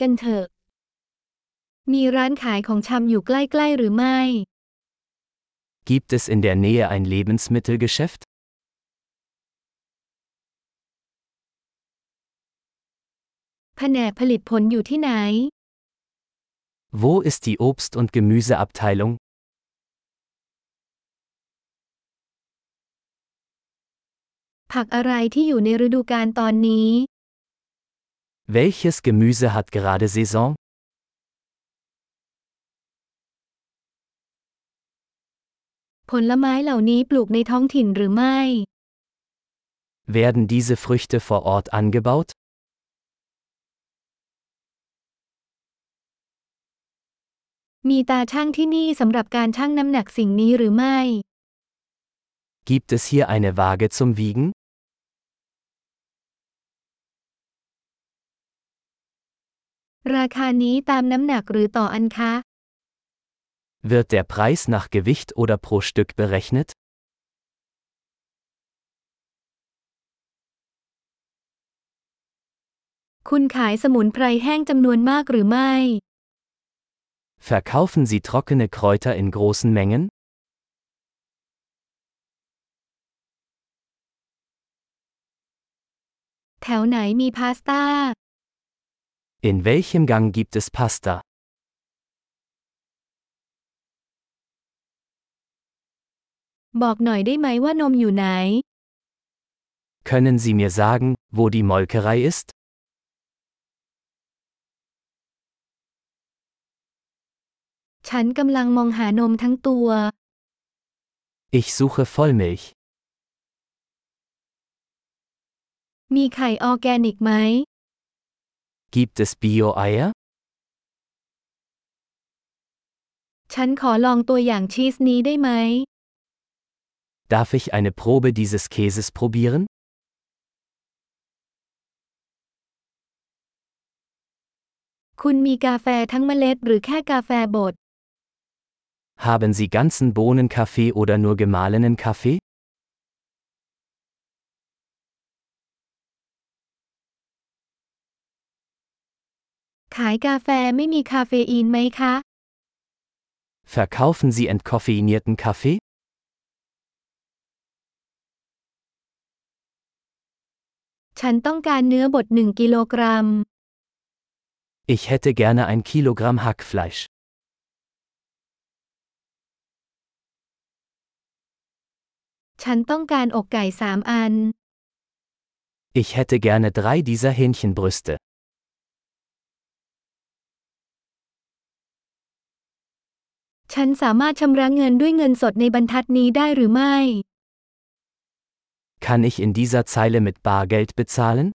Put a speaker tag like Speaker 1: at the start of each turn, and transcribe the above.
Speaker 1: กันเถอะ มีร้านขายของชำอยู่ใกล้ๆหรือไม่
Speaker 2: Gibt es in der Nähe ein Lebensmittelgeschäft?
Speaker 1: แผนกผลิตผลอยู่ที่ไหน
Speaker 2: Wo ist die Obst- und Gemüseabteilung?
Speaker 1: ผักอะไรที่อยู่ในฤดูกาลตอนนี้
Speaker 2: Welches Gemüse hat gerade Saison?
Speaker 1: ผลไม้เหล่านี้ปลูกในท้องถิ่นหรือไม่
Speaker 2: Werden diese Früchte vor Ort angebaut?
Speaker 1: มีตาช่างที่นี่สำหรับการชั่งน้ำหนักสิ่งนี้หรือไม่
Speaker 2: Gibt es hier eine Waage zum Wiegen?
Speaker 1: ราคานี้ตามน้ำหนักหรือต่ออันคะ
Speaker 2: Wird der Preis nach Gewicht oder pro Stück berechnet?
Speaker 1: คุณขายสมุนไพรแห้งจำนวนมากหรือไม่
Speaker 2: Verkaufen Sie trockene Kräuter in großen Mengen?
Speaker 1: แถวไหนมีพาสต้า
Speaker 2: In welchem Gang gibt es Pasta?
Speaker 1: บอกหน่อยได้ไหมว่านมอยู่ไหน
Speaker 2: Können Sie mir sagen, wo die Molkerei ist?
Speaker 1: ฉันกำลังมองหานมทั้งตัว
Speaker 2: Ich suche Vollmilch.
Speaker 1: มีไข่ออร์แกนิกไหม
Speaker 2: Gibt es Bio-Eier?
Speaker 1: ฉันขอลองตัวอย่างชีสนี้ได้ไหม
Speaker 2: Darf ich eine Probe dieses Käses probieren?
Speaker 1: คุณมีกาแฟทั้งเมล็ดหรือแค่กาแฟบด
Speaker 2: Haben Sie ganzen Bohnenkaffee oder nur gemahlenen Kaffee?
Speaker 1: ขายกาแฟไม่มีคาเฟอีนไหมคะ
Speaker 2: Verkaufen Sie entkoffeinierten Kaffee?
Speaker 1: ฉันต้องการเนื้อบด1กิโลกรัม
Speaker 2: Ich hätte gerne ein Kilogramm Hackfleisch.
Speaker 1: ฉันต้องการอกไก่ 3 อัน
Speaker 2: Ich hätte gerne drei dieser Hähnchenbrüste.
Speaker 1: ฉันสามารถชำระเงินด้วยเงินสดในบรรทัดนี้ได้หรือไม่
Speaker 2: Kann ich in dieser Zeile mit Bargeld bezahlen?